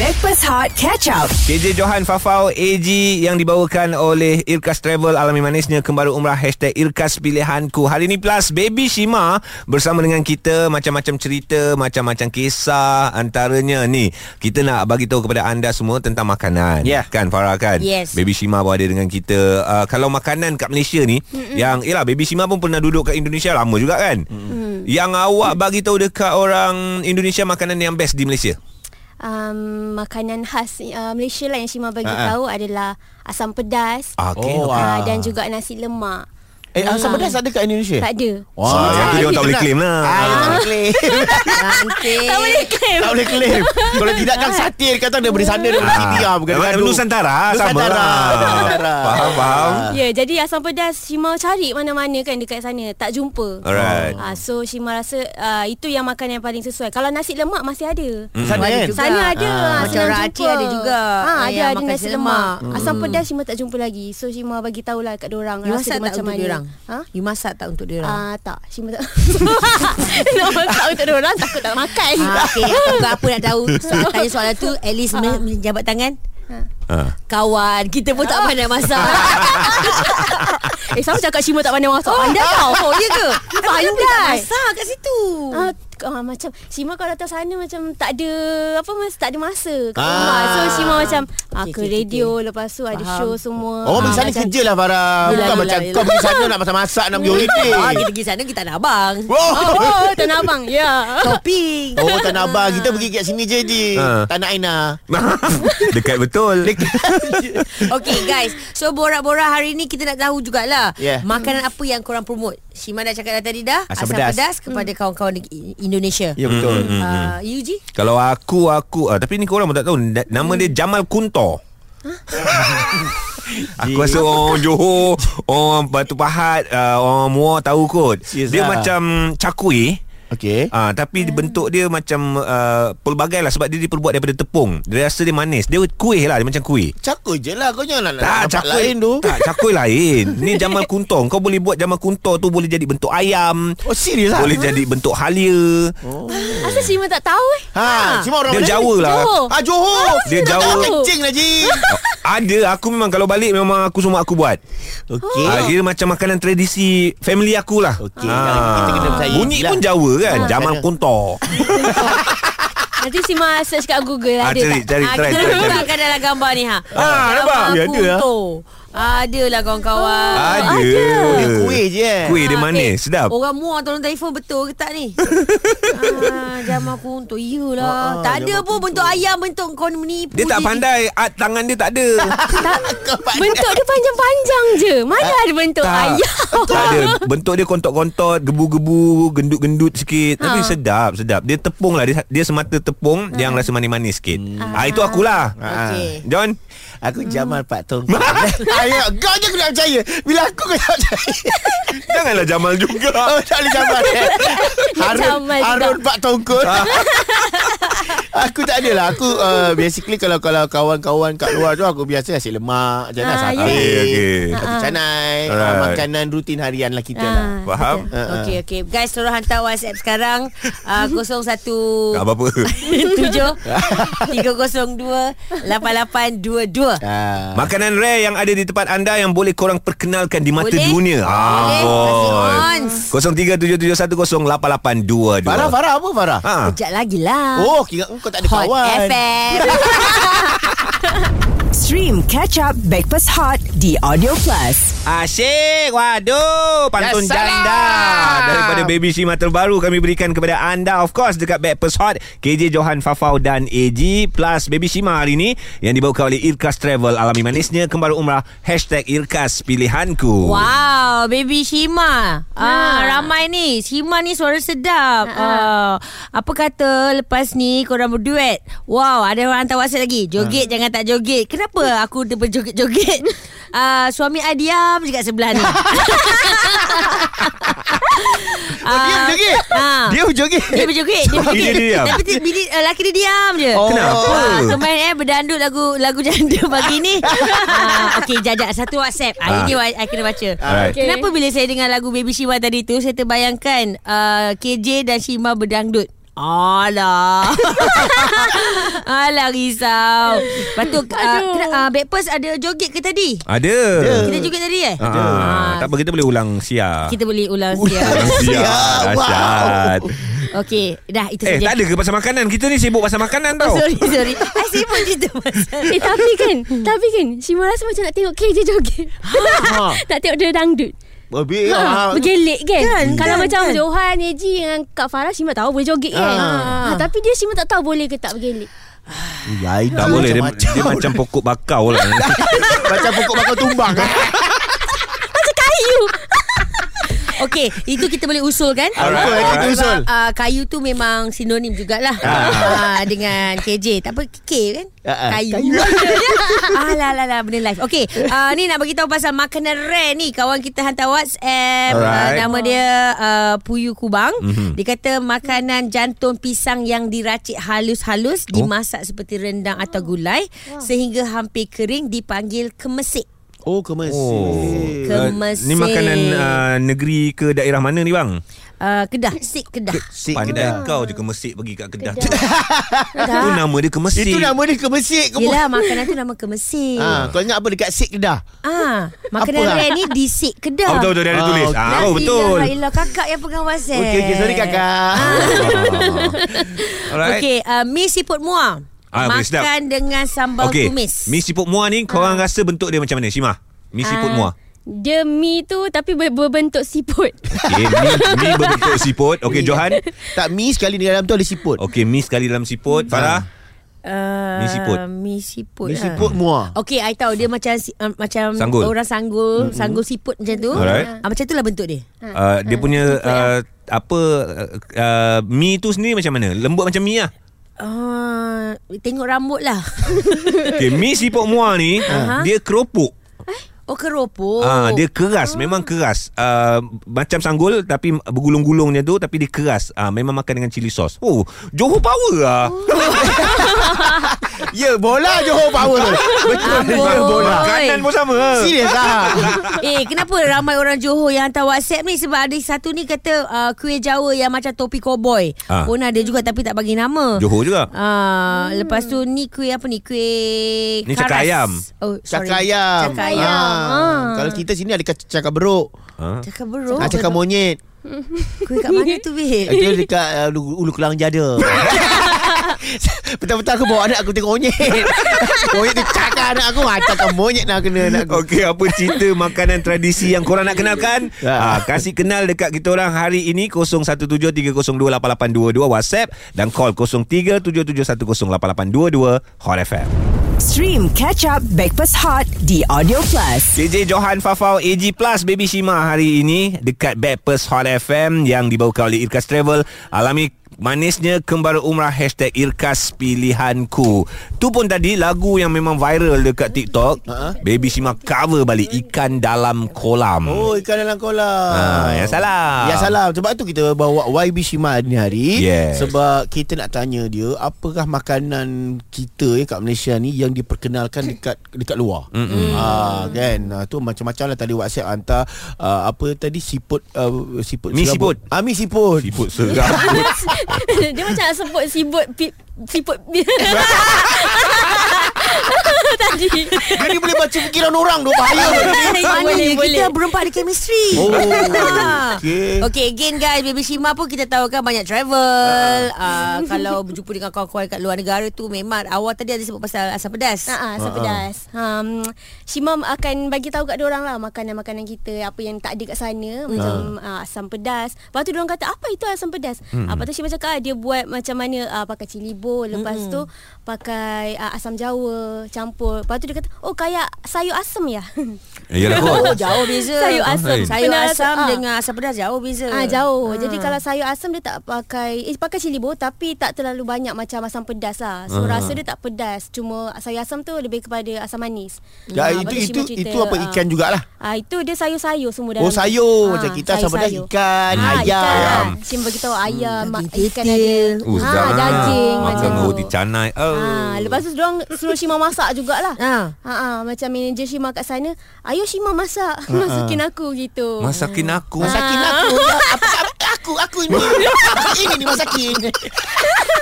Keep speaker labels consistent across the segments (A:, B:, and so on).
A: Backpass Hot Catch Up.
B: KJ Johan Fafau AG yang dibawakan oleh Irkas Travel Alami Manisnya Kembali Umrah Hashtag Irkas Pilihanku Hari ni plus Baby Shima bersama dengan kita Macam-macam cerita Macam-macam kisah Antaranya ni Kita nak bagi tahu kepada anda semua Tentang makanan
C: Ya.
B: Kan Farah kan
D: Yes.
B: Baby Shima pun ada dengan kita uh, Kalau makanan kat Malaysia ni Mm-mm. Yang Yelah Baby Shima pun pernah duduk kat Indonesia Lama juga kan mm. Yang awak bagi tahu dekat orang Indonesia Makanan yang best di Malaysia
D: um, makanan khas uh, Malaysia lah yang Shima bagi
C: Ah, ah.
D: tahu adalah asam pedas
B: Ah, okey,
C: Oh,
B: okey.
C: ah.
D: uh, dan juga nasi lemak.
C: Eh, asam
D: Ah.
C: pedas ada kat Indonesia?
D: Tak ada.
C: Wah,
B: Ah, yang tu dia orang tak boleh claim lah.
C: Ah, tak boleh claim.
D: Okay. Tak boleh claim.
C: tak boleh claim. Kalau tidak kan sate dia kata daripada sana daripada sini ah bukan
B: Memang
C: gaduh.
B: Nusantara, sama
C: Nusantara.
B: lah.
C: Nusantara.
B: Faham, faham.
C: Ah.
D: Ya, yeah, jadi asam pedas Shima cari mana-mana kan dekat sana, tak jumpa.
B: Alright.
D: Ah, so Shima rasa ah, itu yang makanan yang paling sesuai. Kalau nasi lemak masih ada.
C: Sana
E: Ada
C: kan?
E: juga.
D: Sana ada
C: Ah.
D: ah,
E: Macam
D: senang
E: orang
D: jumpa.
E: Aceh ada juga, eh,
D: ah, Ada
E: yang
D: ada
E: makan
D: nasi
E: nasi
D: lemak
E: lemak.
D: Asam pedas Shima tak jumpa lagi So Shima bagi tahulah kat diorang
E: You masak tak
D: Rasa dia macam
E: untuk
D: mana
E: dia orang?
D: Ha?
E: You masak tak untuk dia orang?
D: Ah uh, tak, Shima tak. Nak masak untuk diorang takut tak makan.
E: Ah, okay, apa, apa nak tahu so, Tanya soalan tu At least me- menjabat tangan
B: Ah.
E: Kawan Kita pun
D: Ah.
E: tak pandai masak
D: Eh, siapa cakap Shima tak pandai masak? Pandai tau. Oh, ya ke? Pandai.
E: Masak kat situ
D: Ah, ah, macam Shima kalau datang sana macam tak ada apa mas tak ada masa kat
C: Ah.
D: rumah. So Shima macam ah,
E: Okey,
D: ke
E: okey,
D: radio lepas tu ada
E: Faham.
D: show semua.
C: Oh, pergi
D: Ah,
C: sana
D: macam-
C: kerja lah Farah.
E: Yelah,
C: Bukan
E: yelah,
C: macam
E: yelah.
C: kau pergi sana nak masak-masak nak pergi holiday.
E: Ah, Kita pergi sana Kita nak abang
C: Wow.
D: Oh, Tanah Abang. Ya.
E: Shopping
C: Oh, tak nak abang. Kita pergi kat sini je je.
B: Ah.
C: Tanah Aina.
B: Dekat betul
E: Okay guys So borak-borak hari ni Kita nak tahu jugalah
C: Yeah.
E: Makanan apa yang korang promote Shima dah cakap dah tadi dah
C: Asam pedas.
E: kepada
D: Hmm.
E: kawan-kawan di- Indonesia
C: Ya, betul.
E: Ah, You Ji
B: Kalau aku aku ah, Tapi ni korang pun tak tahu na- Nama dia Jamal Kunto Aku rasa orang Johor Orang Batu Pahat uh, Orang Muar tahu kot
C: Serius
B: Dia
C: lah.
B: macam Cakui
C: Okey.
B: Ah, tapi bentuk dia macam uh, pelbagai lah sebab dia diperbuat daripada tepung. Dia rasa dia manis. Dia kuih lah, dia macam kuih.
C: Cakui je lah Kau jangan
B: Tak,
C: nak tempat
B: cakui
C: lain tu
B: Tak, cakui lain. Ni Jamal Kunto. Kau boleh buat Jamal Kunto tu boleh jadi bentuk ayam.
C: Oh serius lah
B: Boleh jadi bentuk halia.
D: Asal Shima tak tahu eh?
C: Ha Cuma orang
B: Dia
C: Malay.
B: Jawa lah.
D: Johor.
C: Ah Johor
B: Dia Eh.
C: Tak
B: Jawa.
C: kencing lah Ji
B: Ada Aku memang kalau balik Memang aku semua aku buat
C: Okey
B: okay. ha, Dia macam makanan tradisi Family akulah
C: Okey, kita kena percaya
B: Bunyi
C: Ji lah.
B: pun Jawa kan
C: Ha.
B: Jamal
C: Ada.
B: Kunto
D: Nanti Shima search kat Google
B: ha,
D: ada
B: Cari
D: tak?
B: cari
E: Ah,
B: try,
E: kita
B: try, try.
E: letakkan dalam gambar ni ha.
B: Ah, nampak? ha.
C: Ya, ada lah.
E: Adalah kawan-kawan.
B: Ada
C: Dia Ah, kuih je Oh, eh.
B: Kuih dia
E: Ah,
B: manis
E: eh,
B: Sedap
E: Orang muar tolong telefon betul ke tak ni? ah, Jamal Kuntuk. Iyalah.
C: Ah, ah,
E: tak ada
C: Jamal
E: pun bentuk ayam, bentuk kau ni.
B: Dia tak pandai Art tangan dia tak ada
D: Bentuk dia panjang-panjang je. Mana ada bentuk
B: Tak
D: ayam?
B: Tak ada Bentuk dia kontot-kontot Gebu-gebu Gendut-gendut sikit Tapi sedap sedap Dia tepung lah Dia, dia semata tepung Yang rasa manis-manis sikit
C: Hmm.
B: ha, Itu akulah
E: Okey.
B: John
C: Aku Jamal Pak Tong Ayo, Hmm. Kau je aku nak percaya Bila aku kau tak percaya
B: Janganlah Jamal juga
C: Oh tak boleh Jamal eh. Harun,
D: Jamal juga.
C: Harun Pak Tongkol Aku tak adalah Aku uh, basically Kalau kalau kawan-kawan kat luar tu Aku biasa nasi lemak lah, Macam mana
D: Ah,
C: sate
B: yeah. Okey, okey.
C: Sate eh, canai ah,
B: Alright.
C: Makanan rutin harian lah kita lah
D: Ah,
B: Faham?
D: betul.
E: Okey, okey. Guys, tolong hantar WhatsApp sekarang. Uh, 01...
B: Tak apa-apa
E: Tujuh Tiga kosong dua Lapan lapan dua dua
C: Ah.
B: Makanan rare yang ada di tempat anda yang boleh korang perkenalkan di mata
E: Boleh.
B: dunia. Ah,
E: Boleh.
B: boy. 0377108822.
C: Farah, Farah apa Farah?
B: Ha.
E: Sekejap lagi lah
C: Oh, kira kau tak ada
E: Hot
C: kawan
E: FM
A: Stream Catch Up Backpass Hot di Audio Plus.
B: Asyik. Waduh, pantun
C: Ya, salam.
B: janda. Daripada Baby Shima terbaru kami berikan kepada anda of course dekat Backpast Hot KJ Johan Fafau dan AG plus Baby Shima hari ini yang dibawakan oleh Irkas Travel alami manisnya kembali umrah hashtag #Irkas pilihanku.
E: Wow, baby Shima. Ah, ramai ni. Shima ni suara sedap. Ah, apa kata lepas ni korang berduet? Wow, ada orang hantar WhatsApp lagi. Joget
A: Ha.
E: jangan tak joget. Kenapa aku dia berjoget-joget? Ah, suami I diam je kat sebelah ni. Ah,
C: Oh, dia berjoget
E: Ah.
C: Dia berjoget
E: Dia berjoget, dia
B: Suami
E: berjoget.
B: Eh, dia diam.
E: Tapi dia, bini, uh, lelaki dia diam je.
C: Oh.
B: Kenapa?
E: Ah, kemarin eh berdanut lagu lagu janda pagi ni. ah, okey, jajak satu WhatsApp. Ah, Ini wa- I kena baca. ah,
B: Alright.
D: Okay.
E: Kenapa bila saya dengar lagu Baby Shima tadi tu Saya terbayangkan uh, KJ dan Shima berdangdut Alah Alah risau Lepas tu uh, kena- uh, Breakfast ada joget ke tadi?
B: Ada.
E: Kita joget tadi eh?
B: Ah, tak apa kita boleh ulang siar.
E: Kita boleh ulang siap
B: siar. Dahsyat.
E: Okey Dah itu
B: Eh,
E: saja
B: tak ada ke pasal makanan? Kita ni sibuk pasal makanan
E: Oh,
B: tau.
E: sorry, sorry. I sibuk cerita pasal.
D: Eh tapi kan Tapi kan Shima rasa macam nak tengok KJ joget
E: Ha.
D: Nak tengok dia dangdut
C: Babi
D: Ha, bergelik kan,
E: Ah, Kan,
D: Kalau
E: kan,
D: macam
E: kan. Ah.
D: Johan, Eji dengan Kak Farah Shima tahu boleh joget kan ha, Tapi dia Shima tak tahu boleh ke tak bergelik
B: Tak boleh dia, dia macam pokok bakau lah.
C: Macam pokok bakal tumbang eh.
E: Okey, itu kita boleh usulkan.
C: Alright. Betul, eh, kita
E: Sebab,
C: usul.
E: Uh, kayu tu memang sinonim jugalah uh, dengan KJ. Tak apa, K kan?
C: Ah, ah.
E: Kayu. Ah, alah, alah, alah, lah, benda live. Okey, uh, ni nak bagi tahu pasal makanan rare ni. Kawan kita hantar WhatsApp. Uh,
B: Alright.
E: nama dia uh, Puyu Kubang.
C: Mhm.
E: Mm-hmm. Dia kata makanan jantung pisang yang diracik halus-halus
B: Oh.
E: dimasak seperti rendang atau gulai sehingga hampir kering dipanggil kemesik.
C: Oh kemas
B: Ah,
E: Kemesin.
B: Ni makanan uh, negeri ke daerah mana ni bang?
E: Uh, kedah, sik kedah.
C: Sik
B: Pandai
C: kedah.
B: kau je kemesik pergi kat kedah.
E: Kedah.
B: Itu nama dia kemesik.
C: Itu nama dia kemesik ke
E: Yelah makanan tu nama kemesik
C: Ha,
E: ah.
C: kau ingat apa dekat Sik Kedah?
E: Makanan
C: Apa lah?
E: rare ni di sik kedah
B: Oh, betul betul dia ada
C: Ah,
B: tulis.
C: okey.
B: Ah, oh betul.
E: Ilah, ilah, kakak yang pegang WhatsApp
C: Okey, okey, sorry kakak.
B: Ah. Alright.
E: Okey uh, Mi siput muar
B: Ah, boleh sedap.
E: Makan dengan sambal
B: Okey.
E: tumis
B: Mi siput muar ni kau orang rasa bentuk dia macam mana Shima? Mi siput
D: Ah,
B: muar.
D: Dia mi tu tapi ber- berbentuk siput
B: Okey, mi, mi berbentuk siput. Okey, Johan. Oh.
C: Tak mi sekali di dalam tu ada siput.
B: Okey, mi sekali dalam siput. Farah.
E: uh,
B: Mi siput.
E: Mi siput
C: Mi
E: ah.
C: siput muar.
E: Okey, I tahu dia macam si- uh, macam
B: Sanggul.
E: orang sanggul, mm-hmm. sanggul siput macam tu.
B: Alright.
E: Ah, macam tu lah bentuk dia.
B: Uh, dia punya uh, apa uh, mi tu sendiri macam mana? Lembut macam mi lah.
E: Uh, tengok rambut lah.
B: Okey, mi siput muar ni dia keropok.
E: Oh keropok.
B: Ah, dia keras, memang keras. Uh, macam sanggul tapi bergulung-gulung dia tu tapi dia keras. Ah, memang makan dengan cili sauce. Oh, Johor power ah.
C: Ya, bola Johor Power. Betul, ya bola.
B: Makanan pun sama.
C: Serius ah.
E: Eh kenapa ramai orang Johor Yang hantar WhatsApp ni Sebab ada satu ni kata uh, Kuih Jawa yang macam topi cowboy
B: Ah.
E: ha. Pun ada juga Tapi tak bagi nama
B: Johor juga.
E: Ah, hmm. Lepas tu ni kuih apa ni Kuih
B: Ni cakar
E: karas.
B: ayam.
E: oh, sorry.
C: Cakar ayam.
E: Cakar ayam
C: Ah.
E: ah. Oh,
C: Kalau kita sini ada kacang- cakar beruk.
B: Ha?
E: Cakar beruk
C: Ah, cakar monyet.
E: Kuih kat mana tu babe
C: Itu dekat uh, Ulu Ulu Kelang Jada. Petang-petang aku bawa anak aku tengok monyet. monyet tu cakar anak aku. Ah, cakar monyet nak kena anak aku.
B: Okey, apa cerita makanan tradisi yang korang nak kenalkan? ha,
C: Ya.
B: kasih kenal dekat kita orang hari ini 0173028822 WhatsApp dan call 0377108822 Hot FM.
A: Stream Catch Up Breakfast Hot di Audio Plus.
B: KJ Johan Fafau AG Plus Baby Shima hari ini dekat Backpers Hot FM yang dibawakan oleh Irkas Travel. Alami manisnya kembali umrah hashtag Irkas Pilihanku. Tu pun tadi lagu yang memang viral dekat TikTok.
C: Ha?
B: Baby Shima cover balik Ikan Dalam Kolam.
C: Oh, ikan dalam kolam.
B: Ah, yang salam.
C: Ya salam. Sebab tu kita bawa YB Shima ni hari.
B: Yes.
C: Sebab kita nak tanya dia, apakah makanan kita ya kat Malaysia ni yang diperkenalkan dekat dekat luar. Mm-hmm. Ah, kan. Ah, tu macam-macam lah tadi WhatsApp hantar ah, apa tadi siput uh, siput
B: Mi
C: serabut.
B: siput.
C: Ah, mi siput.
B: Siput serabut
D: Dia macam nak sebut siput pi- Siput Tadi
C: Jadi Kan boleh baca fikiran orang tu bahaya. tu.
E: Eh, Mana
D: Boleh,
E: kita
D: boleh.
E: berempat ada chemistry
C: Oh,
E: Ah.
C: okey.
E: Okay again guys Baby Shima pun kita tahu kan Banyak travel uh, Kalau berjumpa dengan kawan-kawan Kat luar negara tu Memang awal tadi ada sebut pasal Asam pedas
D: Ha ah, asam pedas. Um, Shima akan bagi tahu kat orang lah makanan-makanan kita apa yang tak ada kat sana macam uh,
C: Ah.
D: asam pedas. Lepas tu orang kata apa itu asam pedas? Hmm. Lepas tu Shima cakap ah, dia buat macam mana uh, pakai cili bol, lepas tu pakai uh, asam jawa campur. Lepas tu dia kata oh kayak sayur asam ya.
B: Eh, Yalah
E: Oh
B: kot
E: jauh beza
D: Sayur asam.
B: Lain.
E: Sayur
D: Pernah
E: asam
D: rasa- ah.
E: dengan asam pedas Jauh beza
D: Ah jauh. Jadi kalau sayur asam dia tak pakai eh pakai cili bol tapi tak terlalu banyak macam asam pedas lah. So
C: Ah.
D: rasa dia tak pedas. Cuma sayur asam tu lebih kepada asam manis.
C: Ya,
D: Ah,
C: itu
D: lepas tu
C: itu
D: Shima cerita,
C: itu apa
D: ah,
C: ikan jugalah.
D: Ah itu dia sayur-sayur semua dalam.
C: Oh sayur
D: Ah,
C: Macam kita asam pedas
D: sayur-sayur.
C: ikan
D: Ah,
C: Ayam
D: Ikan. Sim beritahu ayam, mak,
E: Daging
D: Hmm, ikan
E: ketil.
D: ada.
B: Oh,
D: ha,
B: sedap.
D: daging
B: Makan
D: macam tu.
B: roti canai oh.
D: Ah, lepas tu dorang suruh Shima masak jugalah.
E: Ha.
D: Ha ah, macam manager Shima kat sana,
C: Ah,
D: ayo Shima masak, masukin aku gitu.
B: Masakin aku
C: Masakin aku ya. apa, apa, aku aku ini. ini ni masakin.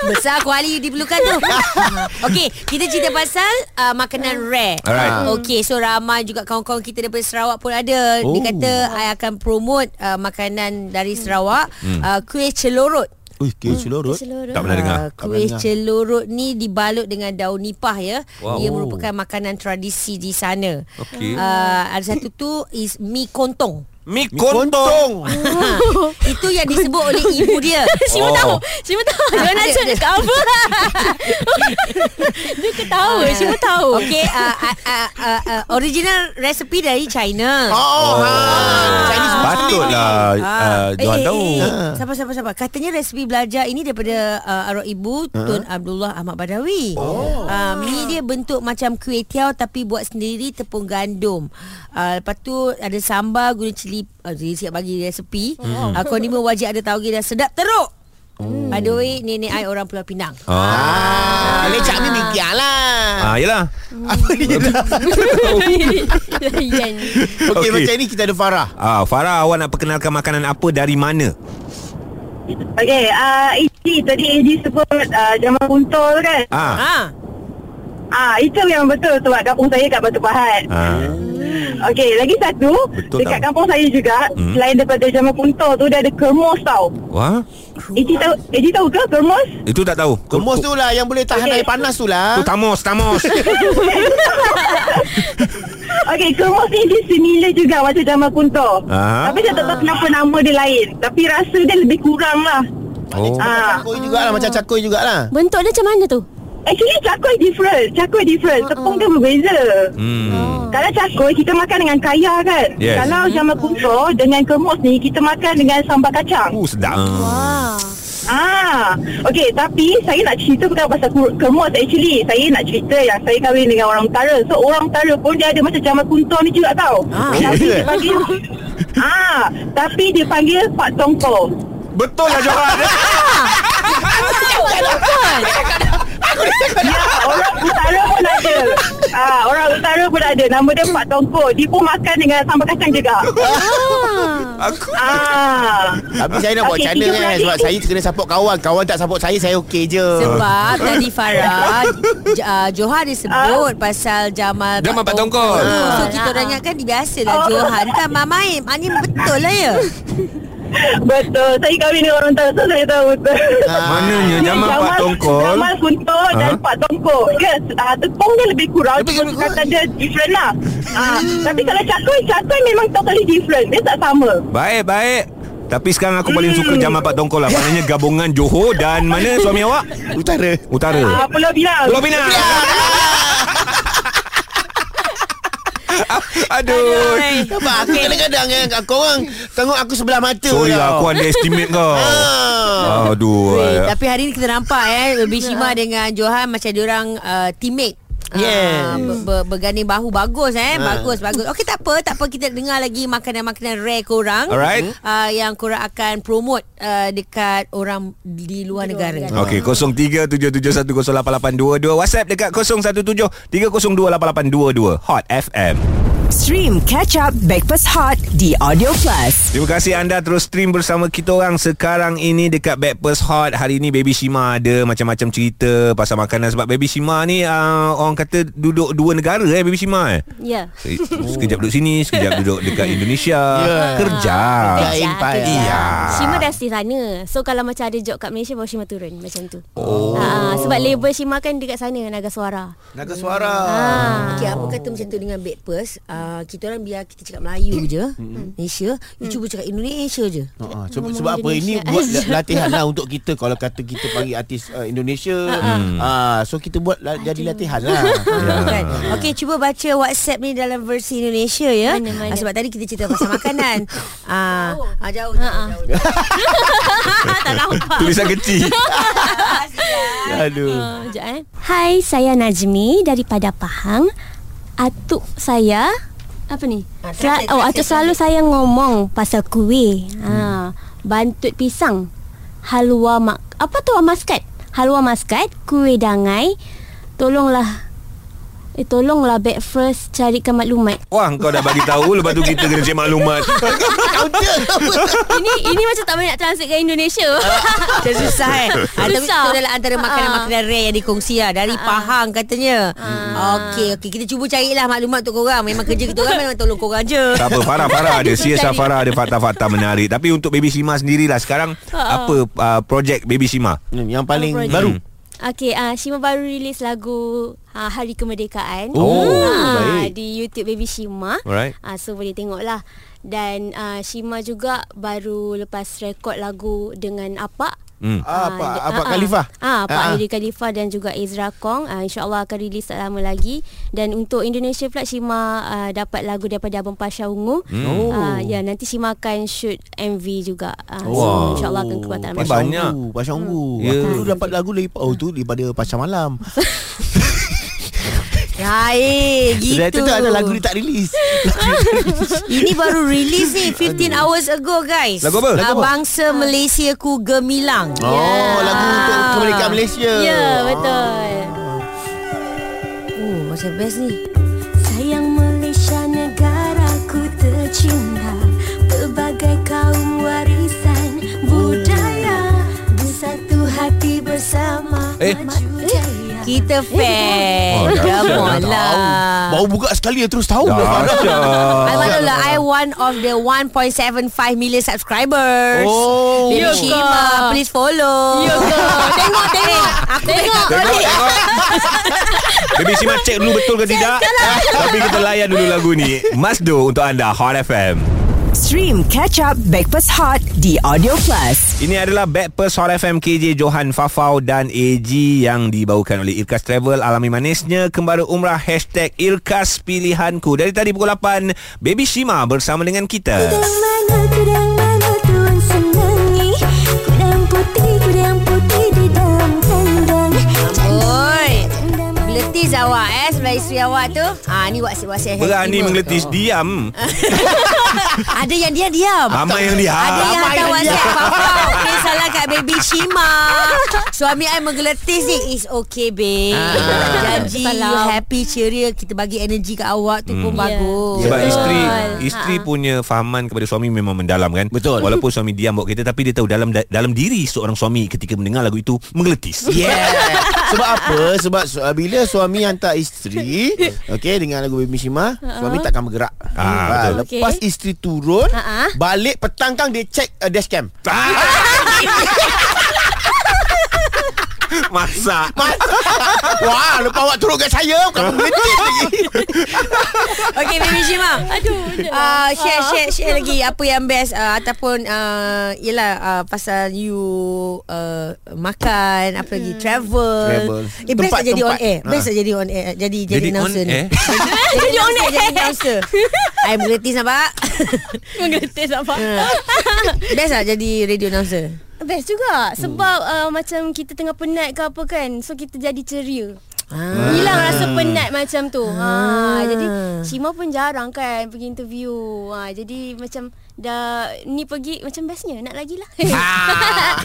E: Besar kuali diperlukan tu Okey Kita cerita pasal uh, Makanan rare Ah.
B: Alright.
E: Okey so ramai juga Kawan-kawan kita daripada Sarawak pun ada oh.
C: Oh.
E: Dia kata I akan promote uh, Makanan dari
D: Hmm.
E: Sarawak uh, Kuih celorot
C: Ui, kira celorot.
D: Seluruh.
B: Tak pernah dengar.
E: Ah, Kuih
C: dengar.
E: celorot ni dibalut dengan daun nipah ya.
B: Wow.
E: Wow. Ia merupakan makanan tradisi di sana.
B: Okey.
E: Uh, ada satu tu is mi kontong.
B: Mi
C: Mi Kontong.
E: Ha, itu yang disebut oleh ibu dia.
D: Cuma
B: Oh.
D: tahu Cuma tahu Dia nak
E: dia-
D: cakap
E: dia-
D: apa Dia
E: Ah.
D: ketawa Cuma tahu
E: Okey, uh, uh, uh, uh, uh, original recipe dari China. ah,
C: Oh, ha. Chinese Muslim.
B: Patutlah
C: Ah.
B: uh, Johan tahu.
E: eh, Sabar, sabar, sabar. Katanya resipi belajar ini daripada uh, arwah ibu Tun Abdullah Ahmad Badawi. Oh. Uh, mi dia bentuk macam kuih tiaw tapi buat sendiri tepung gandum. Uh, lepas tu ada sambal guna cili. Uh, dia siap bagi resipi. Hmm. Uh, kondimen wajib ada tauge dan sedap teruk. Hmm. By the way, nenek I orang Pulau Pinang.
C: Ah, lecak ni mikir lah.
B: Ah, yelah.
C: Apa ni?
D: Yan
C: Okey,
B: Okey.
C: macam ni kita ada Farah.
B: Ah, Farah, awak nak perkenalkan makanan apa dari mana?
F: Okey, uh, AG tadi AG sebut uh, jamu kuntul kan? Ah,
B: Ah.
E: Ah.
F: uh, itu memang betul sebab kampung saya kat Batu Pahat.
B: Ah.
F: Okey, lagi satu
B: Betul
F: dekat
B: tak?
F: kampung saya juga
B: Hmm.
F: hmm. selain daripada jamu kuntul tu dia ada kermos tau.
B: Wah,
F: AG tahu AG tahu ke kermos?
B: itu tak tahu.
C: Kemus tu lah yang boleh tahan
F: Okey.
C: air panas tu lah.
B: Tu tamos, tamos.
F: Okey, kermos ni dia similar juga macam jamu kuntul.
B: Ah.
F: Tapi saya tak tahu kenapa nama dia lain, tapi rasa dia lebih kurang lah.
B: Oh.
F: Ah.
C: Cakoi jugalah macam cakoi jugalah.
D: Bentuk dia macam mana tu?
F: Actually cakoi different, cakoi different. Tepung dia berbeza.
B: Hmm.
F: Kalau cakoi kita makan dengan kaya kan
B: Yes.
F: Kalau jamu kuntur dengan kemus ni Kita makan dengan sambal kacang
B: Uh, sedap.
D: Ah.
F: Ah, Okay tapi saya nak cerita bukan pasal kur- kemus actually Saya nak cerita yang saya kahwin dengan orang utara So orang utara pun dia ada macam jamu kuntur ni juga tau
E: Ah.
F: Tapi
C: Okey.
F: dia panggil Ah, tapi dia panggil Pak Tongkol
B: Betul lah Johan.
F: Ya, orang utara pun ada ah, Orang utara pun ada Nama dia Pak Tongkol Dia pun makan dengan sambal kacang juga
B: Aku
F: Ah
C: Tapi saya nak buat
F: Okey,
C: macam mana
F: tiga
C: kan
F: beradik.
C: Sebab saya kena support kawan Kawan tak support saya Saya okey je
E: Sebab tadi Farah J- uh, Johan dia sebut pasal Jamal
B: Jamal Pak Tongkol.
E: Ah, So
D: Ah.
E: kita orang ingatkan dia biasalah
F: Oh.
E: Johan kan Mamai Maknanya betul lah ya
F: Betul. Saya kahwin dengan orang tahu. So saya tahu betul.
C: Ah.
B: Mananya Jamal Pak Tongkol.
F: Jamal Kuntur dan
B: Ha?
F: Pak Tongkol Yes uh, Tepung dia lebih kurang
C: Lebih
F: Cuma
C: kurang.
F: kata dia different lah uh, Tapi kalau cakoi Cakoi memang totally different Dia tak sama
B: Baik, baik. Tapi sekarang aku paling suka
F: Hmm.
B: Jamal Pak Tongkol lah. Maknanya gabungan Johor dan mana suami awak?
C: Utara
F: uh,
B: Utara.
F: Pulau Pinang
B: Pulau Pinang. Aduh.
C: Nampak aku kadang-kadang kan Korang Tengok aku sebelah mata
B: Sorry lah, aku underestimate kau.
C: Ah.
B: Aduh. eh.
E: Weh, Tapi hari ni kita nampak eh Bishima dengan Johan Macam diorang uh, teammate
C: Yes.
E: Ah, ber- ber- berganding bahu bagus eh
C: Ah.
E: bagus bagus okey tak apa tak apa kita dengar lagi makanan-makanan rare korang
B: Alright.
E: uh, yang korang akan promote uh, dekat orang di luar negara
B: Okey 0377108822 WhatsApp dekat 0173028822 Hot FM.
A: Stream Catch Up Backpass Hot The Audio Plus.
B: Terima kasih anda terus stream bersama kita orang sekarang ini dekat Backpast Hot. Hari ni Baby Shima ada macam-macam cerita pasal makanan sebab Baby Shima ni uh, orang kata duduk dua negara eh Baby Shima eh.
D: Ya
B: Eh, Sekejap duduk sini, sekejap duduk dekat Indonesia.
C: Yeah.
B: Kerja.
C: Lain payah
B: Iya.
C: Ah.
D: Shima dah stay sana So kalau macam ada job kat Malaysia Baru Shima turun Macam tu oh. ha, Sebab label Shima kan Dekat sana Naga Suara
C: Naga suara
D: Ah.
E: Okey, apa
C: Oh.
E: kata macam tu dengan breakfast? Uh, kita orang biar kita cakap
C: Mm.
E: Melayu je, Malaysia, you cuba cakap Indonesia je.
C: Ah, sebab, sebab apa ini buat la- latihan lah untuk kita kalau kata kita panggil artis uh, Indonesia
B: Hmm.
C: ah so kita buat la- jadi latihan lah
D: Ya.
E: Yeah. Kan? Okey, cuba baca WhatsApp ni dalam versi Indonesia ya.
D: Mana, mana.
E: Ah, sebab tadi kita cerita pasal makanan. Ah, ah jauh jauh. jauh, jauh. tak nampak.
B: Tulisan kecil.
C: aduh
D: Ah, Sekejap eh Hai saya Najmi Daripada Pahang Atuk saya Apa ni?
E: Ah,
D: Sel-
E: translate,
D: oh
E: translate,
D: atuk selalu saya ngomong Pasal kuih ha, Bantut pisang Halwa mak Apa tu ah, maskat? Halwa maskat Kuih dangai Tolonglah Eh tolonglah breakfast carikan maklumat.
B: Wah kau dah bagi tahu Lepas tu kita kena cari maklumat
D: ini ini macam tak banyak translate ke Indonesia.
E: Macam susah eh ha, Tapi
D: Susah.
E: itu adalah antara makanan-makanan rare Yang dikongsi lah Dari Pahang katanya Okey okey Kita cuba carilah maklumat untuk korang Memang kerja kita orang Memang tolong korang je
B: Tak apa Farah Farah ada Sia Farah ada fakta-fakta menarik Tapi untuk Baby Shima sendirilah Sekarang Apa uh, projek Baby Shima
C: Hmm, Yang paling
D: projek?
C: baru
D: Okey, uh, Shima baru rilis lagu uh, Hari Kemerdekaan.
B: Oh,
D: Ah,
B: baik.
D: Di YouTube Baby Shima.
B: Alright.
D: Uh, so boleh tengoklah. Dan uh, Shima juga baru lepas rekod lagu dengan Apak.
B: Hmm.
C: Ah, Pak
D: Ah,
C: Pak
D: ah, ah.
C: Khalifah.
D: Ah, Pak
C: Ah, ah.
D: Iri Khalifah dan juga Ezra Kong. Ah, InsyaAllah akan rilis tak lama lagi. Dan untuk Indonesia pula, Shima ah, dapat lagu daripada Abang Pasha Ungu.
B: Hmm.
C: Oh.
D: Ah, ya, nanti Shima akan shoot MV juga. Ah,
B: Wow.
D: So, InsyaAllah akan keluar tak lama.
B: Eh, Pasha- banyak.
C: Ungu, Pasang Ungu.
B: Ya.
C: Aku dulu dapat lagu dari oh tu daripada Pasang Malam.
E: Lain
C: Gitu.
E: Gitu
C: Itu tak ada lagu dia tak rilis.
D: Ya.
E: Ini baru release ni 15 hours ago guys
B: Lagu apa? Lagu
E: Ah,
B: apa?
E: Bangsa Malaysia ku gemilang
C: Oh, lagu untuk kemerdekaan Malaysia.
D: Ya, betul.
E: Oh macam best ni
D: Sayang Malaysia negaraku tercinta Pelbagai kaum warisan budaya Bersatu hati bersama
B: Eh.
D: maju jaya
E: Kita fair
B: Oh,
E: Come
B: dahsyat.
E: on lah
C: Baru buka sekali dia terus tahu.
E: I
B: Ya. Dahsyat
E: want to lah, I one of the 1.75 million subscribers.
C: Oh.
E: Baby
D: Ya ke?
E: Shima, please follow. Ya ke? Tengok, tengok. Aku tengok.
B: Tengok, tengok. Baby Shima cek dulu betul ke tidak Tapi kita layan dulu lagu ni Masdo untuk anda Hot FM
A: Stream catch up Backpass Hot The Audio Plus.
B: Ini adalah Backpers Hot FM KJ Johan Fafau dan AG yang dibawakan oleh Irkas Travel Alami Manisnya Kembali Umrah Hashtag Irkas Pilihanku Dari tadi pukul 8 Baby Shima bersama dengan kita
G: Kudang mana, kudang mana tuan senangi Kudang putih, kudang putih di dalam kandang
E: Oi. Letis awak eh sebelah isteri awak tu. Ah ni wak wak
B: Berani
E: Oh.
B: menggeletis Diam
E: Ada yang dia diam.
B: Ah, Ramai yang diam
E: Ada yang hantar
C: yang
E: WhatsApp Papa Ini salah kat baby Shima Suami I menggeletis ni It's okay babe
B: Ah.
E: Janji you
D: Salam.
E: happy ceria Kita bagi energi kat awak tu pun bagus
B: Hmm. Sebab
C: Betul.
B: isteri isteri
E: Ha.
B: punya fahaman kepada suami memang mendalam kan.
C: Betul.
B: Walaupun suami diam buat kereta tapi dia tahu dalam dalam diri seorang suami ketika mendengar lagu itu menggeletis.
C: Yeah. Sebab apa? Sebab su- uh, bila suami hantar isteri, okey dengan lagu Baby Shima, suami takkan bergerak. Ha,
B: Ah, betul.
C: lepas
D: Okey.
C: isteri turun,
D: Ah, ah.
C: balik petang kang dia check uh, dashcam.
B: Ah! Masak
C: Wah, lepas awak turun kat saya, bukan menggelitik lagi.
E: Okay baby Shima
D: Aduh
E: Uh, share share share lagi apa yang best uh, ataupun uh, ialah uh, pasal you uh, makan apa lagi travel.
C: Travel.
E: Eh, best
C: Tempat-
E: tempat, jadi on
C: tempat.
E: air. Best
C: Ha.
E: ha. jadi on air. Jadi jadi,
B: Ah. Jadi on
E: announcer ni.
B: air?
E: jadi on air. Jadi announcer. I mengerti nampak.
D: Menggeletis apa
E: best lah jadi radio announcer.
D: Best juga Sebab uh, macam kita tengah penat ke apa kan So kita jadi ceria
E: Ah.
D: Hilang rasa penat macam tu ha, Jadi Shima pun jarang kan pergi interview ha, Jadi macam dah ni pergi macam bestnya nak lagi lah
C: Ah,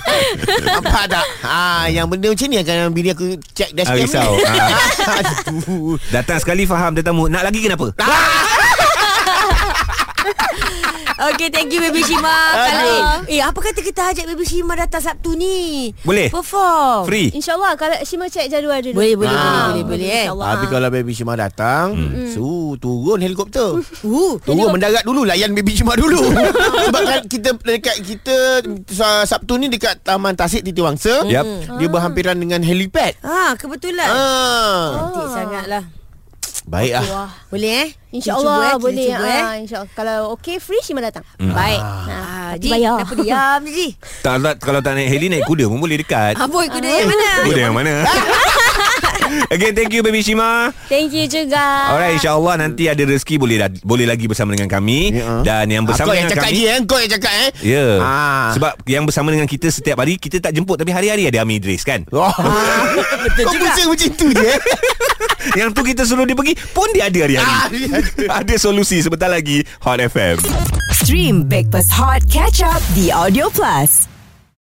C: nampak tak? Ah, yang benda macam ni akan bini aku check
B: Ah,
C: dashcam.
B: risau.
C: ni.
B: Ah.
C: Aduh.
B: Datang sekali faham tetamu Nak lagi kenapa?
E: Okay thank you Baby Shima Kalau Eh apa kata kita ajak Baby Shima datang Sabtu ni
B: Boleh?
C: Oh.
E: Perform
B: Eh, Free
D: InsyaAllah kalau Shima cek jadual dulu
E: Boleh boleh
C: Ah.
E: boleh boleh boleh eh
D: InsyaAllah.
C: Tapi kalau Baby Shima datang hmm. Su turun helikopter
E: Uh,
C: Turun mendarat dulu Layan Baby Shima dulu Sebab kan kita Dekat kita Sa- Sabtu ni dekat Taman Tasik Titi Wangsa
B: Yap.
C: Dia berhampiran dengan helipad
E: Ah kebetulan
C: Ah,
E: Cantik sangatlah
C: Baik ah
B: lah.
E: Boleh eh? Kita cuba,
D: InsyaAllah
E: eh. Kita
D: boleh
E: cuba, eh.
D: ha, InsyaAllah Kalau okey free Shima datang
E: Baik.
D: Ah,
E: Ah,
D: tapi
E: Ji,
D: bayar.
E: kenapa diam je, Ji? Ah,
B: tak, tak, Kalau tak naik heli Naik kuda pun boleh dekat
E: Amboi, kuda yang mana?
B: Kuda yang mana? Again thank you Baby Shima
D: Thank you juga
C: Ah.
B: Alright insyaAllah nanti ada rezeki Boleh dah, boleh lagi bersama dengan kami
C: Ya.
B: Dan yang
C: Kau
B: bersama
C: yang
B: dengan
C: cakap
B: kami
C: dia eh? Kau yang cakap eh
B: Ya yeah.
C: Ah.
B: Sebab yang bersama dengan kita Setiap hari Kita tak jemput Tapi hari-hari ada Ami Idris kan
C: Oh. Kau pusing macam tu je eh?
B: Yang tu kita suruh dia pergi Pun dia ada
C: Ah,
B: hari-hari
C: dia ada.
B: Ada solusi Sebentar lagi Hot FM
A: Stream Backpass Hot catch up The Audio Plus.